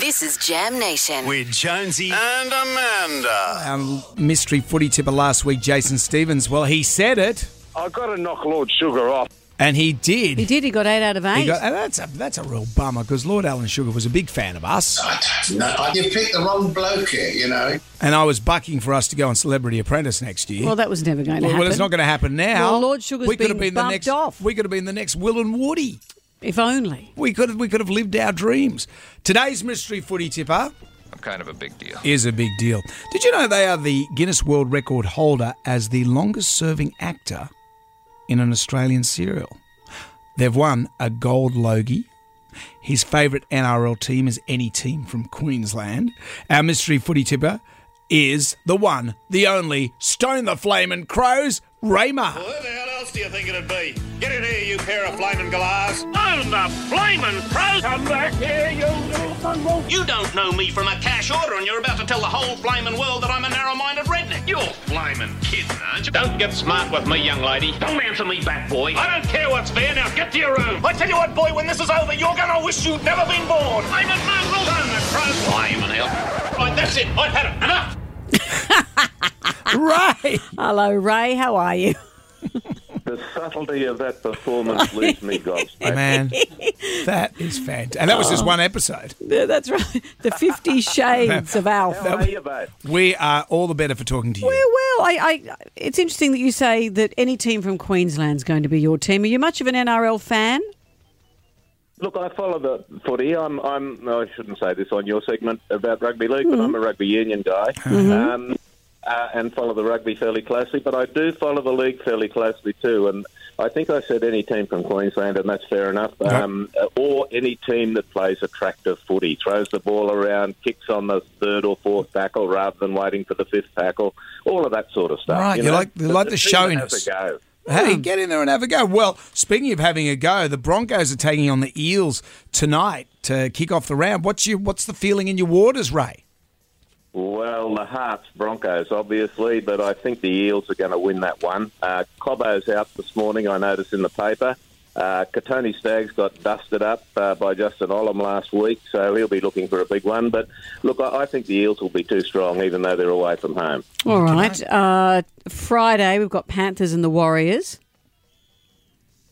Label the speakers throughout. Speaker 1: This is Jam Nation.
Speaker 2: with Jonesy.
Speaker 3: and Amanda.
Speaker 4: Our mystery footy tipper last week, Jason Stevens. Well, he said it,
Speaker 5: I got to knock Lord Sugar off.
Speaker 4: and he did.
Speaker 6: He did. He got eight out of
Speaker 4: He
Speaker 6: eight.
Speaker 4: got- and that's a that's a real bummer because Lord Alan Sugar was a big fan of us,
Speaker 7: No, you picked the wrong bloke here, you know.
Speaker 4: and I was bucking for us to go on Celebrity Apprentice next year.
Speaker 6: well, that was never going to
Speaker 4: Well,
Speaker 6: happen.
Speaker 4: well, it's not going to happen now.
Speaker 6: Well, Lord Sugar's
Speaker 4: we could have
Speaker 6: been
Speaker 4: been the
Speaker 6: bumped
Speaker 4: next.
Speaker 6: off.
Speaker 4: We could have been the next Will and Woody.
Speaker 6: if only.
Speaker 4: We could have, we could have lived our dreams. Today's mystery footy tipper
Speaker 8: I'm kind of a big deal.
Speaker 4: is a big deal. Did you know they are the Guinness World Record holder as the longest serving actor in an Australian serial? They've won a gold logie. His favourite NRL team is any team from Queensland. Our mystery footy tipper is the one, the only, Stone the Flame and Crows, Raymar.
Speaker 3: Who the hell else do you think it'd be? Get in here, you pair of flaming galahs.
Speaker 9: I'm the flaming pro. Come back here, you little mongrel.
Speaker 3: You don't know me from a cash order, and you're about to tell the whole flaming world that I'm a narrow-minded redneck. You're flaming kidding, aren't you? Don't get smart with me, young lady. Don't answer me back, boy. I don't care what's fair. Now get to your room. I tell you what, boy. When this is over, you're gonna wish you'd never been born. I'm a mongrel. Son of crow. Flaming hell. Right, that's it. I've had it. Enough.
Speaker 4: Ray!
Speaker 6: Hello, Ray. How are you?
Speaker 5: The subtlety of that performance leaves me gobsmacked.
Speaker 4: Man, that is fantastic. And that was just one episode.
Speaker 6: Yeah, That's right. The Fifty Shades of
Speaker 5: How
Speaker 6: Alpha.
Speaker 5: are you, mate?
Speaker 4: We are all the better for talking to you.
Speaker 6: Yeah, well, I, I, it's interesting that you say that any team from Queensland's going to be your team. Are you much of an NRL fan?
Speaker 5: Look, I follow the footy. I'm, I'm, no, I shouldn't say this on your segment about rugby league, but I'm a rugby union guy
Speaker 4: Mm-hmm.
Speaker 5: um, uh, and follow the rugby fairly closely. But I do follow the league fairly closely too. And I think I said any team from Queensland, and that's fair enough. Um, Or any team that plays attractive footy, throws the ball around, kicks on the third or fourth tackle rather than waiting for the fifth tackle, all of that sort of stuff.
Speaker 4: Right, you like- you like the
Speaker 5: team that
Speaker 4: showiness.
Speaker 5: has a go.
Speaker 4: Hey, get in there and have a go. Well, speaking of having a go, the Broncos are taking on the Eels tonight to kick off the round. What's your What's the feeling in your waters, Ray?
Speaker 5: Well, the Hearts Broncos, obviously, but I think the Eels are going to win that one. Uh, Cobbo's out this morning, I noticed in the paper. Uh, Katoni Staggs got dusted up uh, by Justin Ollam last week, so he'll be looking for a big one. But look, I, I think the Eels will be too strong, even though they're away from home.
Speaker 6: All right. Uh, Friday we've got Panthers and the Warriors.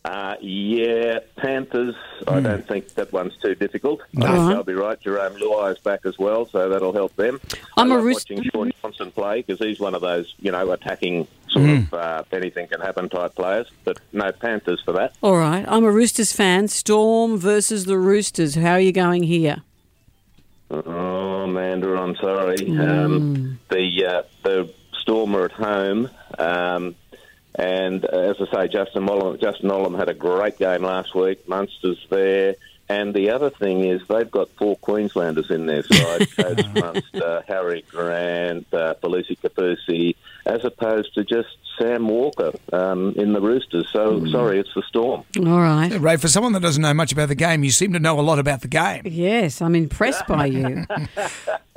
Speaker 5: Uh, yeah, Panthers, I don't think that one's too difficult. I think
Speaker 6: Hmm. Alright.
Speaker 5: they'll be right. Jerome Luai is back as well, so that'll help them.
Speaker 6: I'm
Speaker 5: I
Speaker 6: a
Speaker 5: love
Speaker 6: Roos-
Speaker 5: watching Sean Johnson play because he's one of those, you know, attacking sort
Speaker 6: Hmm.
Speaker 5: of uh, anything can happen type players. But no Panthers for that.
Speaker 6: All right. I'm a Roosters fan. Storm versus the Roosters. How are you going here?
Speaker 5: Oh, Amanda, I'm sorry. Um, the uh, the Storm are at home, um, and uh, as I say, Justin Ollam, Justin Ollam had a great game last week. Munster's there, and the other thing is they've got four Queenslanders in their side: Coach Munster, Harry Grant, uh, Felicity Capusi, as opposed to just Sam Walker um, in the Roosters. So sorry, it's the Storm.
Speaker 6: All right.
Speaker 4: Ray, for someone that doesn't know much about the game, you seem to know a lot about the game.
Speaker 6: Yes, I'm impressed by you.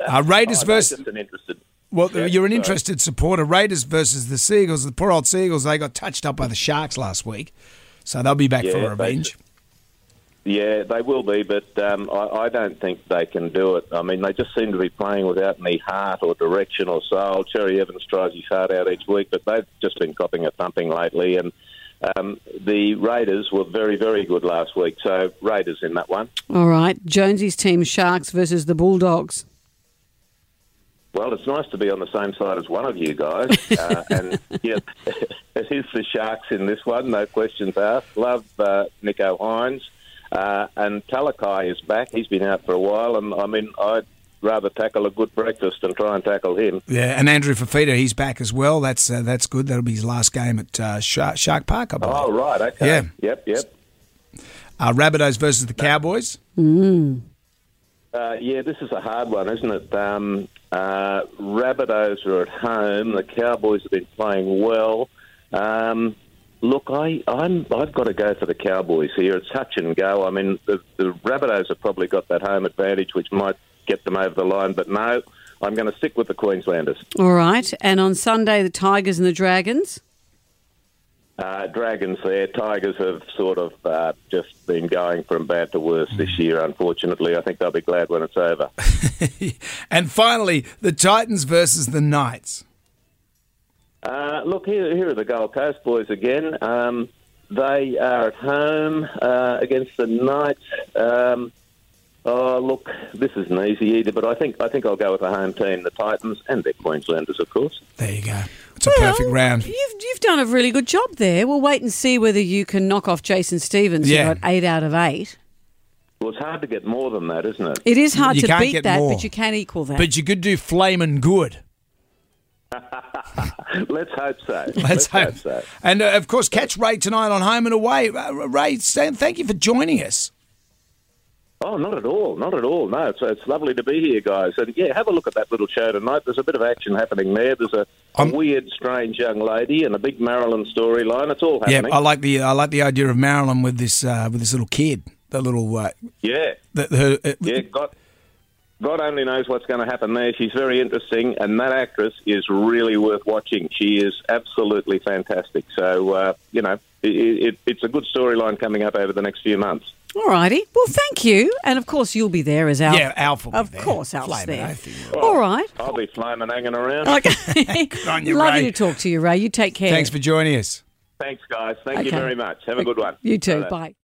Speaker 4: Uh, Raiders versus
Speaker 5: Oh, Just an interested.
Speaker 4: well,
Speaker 5: yeah,
Speaker 4: you're an
Speaker 5: sorry.
Speaker 4: interested supporter. Raiders versus the Seagulls. The poor old Seagulls. They got touched up by the Sharks last week, so they'll be back
Speaker 5: Yeah,
Speaker 4: for
Speaker 5: they-
Speaker 4: revenge.
Speaker 5: Yeah, they will be, but um, I, I don't think they can do it. I mean, they just seem to be playing without any heart or direction or soul. Cherry Evans tries his heart out each week, but they've just been copping a thumping lately. And um, the Raiders were very, very good last week, so Raiders in that one.
Speaker 6: All right. Jonesy's team Sharks versus the Bulldogs.
Speaker 5: Well, it's nice to be on the same side as one of you guys. Uh, and yeah, it is the Sharks in this one, no questions asked. Love uh, Nico Hines. Uh, and Talakai is back. He's been out for a while. And I mean, I'd rather tackle a good breakfast than try and tackle him.
Speaker 4: Yeah, and Andrew Fafita, he's back as well. That's uh, that's good. That'll be his last game at uh, Shark, Shark Park, I believe.
Speaker 5: Oh, right. Okay.
Speaker 4: Yeah.
Speaker 5: Yep, yep.
Speaker 4: Uh, Rabbitohs versus the Cowboys.
Speaker 5: Uh, yeah, this is a hard one, isn't it? Um, uh, Rabbitohs are at home. The Cowboys have been playing well. Um, look, I, I'm, I've got to go for the Cowboys here. It's touch and go. I mean, the, the Rabbitohs have probably got that home advantage, which might get them over the line. But no, I'm going to stick with the Queenslanders.
Speaker 6: All right. And on Sunday, the Tigers and the Dragons.
Speaker 5: Uh, Dragons there. Tigers have sort of uh, just been going from bad to worse this year, unfortunately. I think they'll be glad when it's over.
Speaker 4: and finally, the Titans versus the Knights.
Speaker 5: Uh, look, here, here are the Gold Coast boys again. Um, they are at home uh, against the Knights. Um, oh, look, this isn't easy either, but I think I think I'll go with the home team, the Titans, and their Queenslanders, of course.
Speaker 4: There you go. It's a
Speaker 6: Well,
Speaker 4: perfect round.
Speaker 6: You've, you've done a really good job there. We'll wait and see whether you can knock off Jason Stevens. who
Speaker 4: Yeah.
Speaker 6: got eight out of eight.
Speaker 5: Well, it's hard to get more than that, isn't it?
Speaker 6: It is hard
Speaker 4: You
Speaker 6: to
Speaker 4: can't
Speaker 6: beat
Speaker 4: get
Speaker 6: that,
Speaker 4: more.
Speaker 6: but you can equal that.
Speaker 4: But you could do flamin' good.
Speaker 5: Let's hope so.
Speaker 4: Let's hope.
Speaker 5: so.
Speaker 4: And uh, of course, catch Ray tonight on Home and Away. Uh, Ray, Stan, thank you for joining us.
Speaker 5: Oh, not at all, not at all. No, it's, it's lovely to be here, guys. And yeah, have a look at that little show tonight. There's a bit of action happening there. There's a, a
Speaker 4: I'm-
Speaker 5: weird, strange young lady and a big Maryland storyline. It's all
Speaker 4: Yeah,
Speaker 5: happening.
Speaker 4: I like the uh, I like the idea of Marilyn with this uh, with this little kid, the little uh,
Speaker 5: yeah,
Speaker 4: the, her, uh,
Speaker 5: yeah. God, God only knows what's going to happen there. She's very interesting, and that actress is really worth watching. She is absolutely fantastic. So uh, you know, it, it, it's a good storyline coming up over the next few months.
Speaker 6: All righty. Well, thank you. And of course, you'll be there as Alf.
Speaker 4: yeah, Alpha. will be
Speaker 6: Of
Speaker 4: there.
Speaker 6: course, Alf's
Speaker 4: Flamin'
Speaker 6: there.
Speaker 4: Oath, he will.
Speaker 6: All right.
Speaker 5: I'll be flaming, hanging around.
Speaker 6: Okay.
Speaker 4: on you,
Speaker 6: Lovely
Speaker 4: Ray.
Speaker 6: to talk to you, Ray. You take care.
Speaker 4: Thanks for joining us.
Speaker 5: Thanks, guys. Thank
Speaker 6: Okay.
Speaker 5: you very much. Have a good one.
Speaker 6: You too.
Speaker 5: Bye-bye.
Speaker 6: Bye.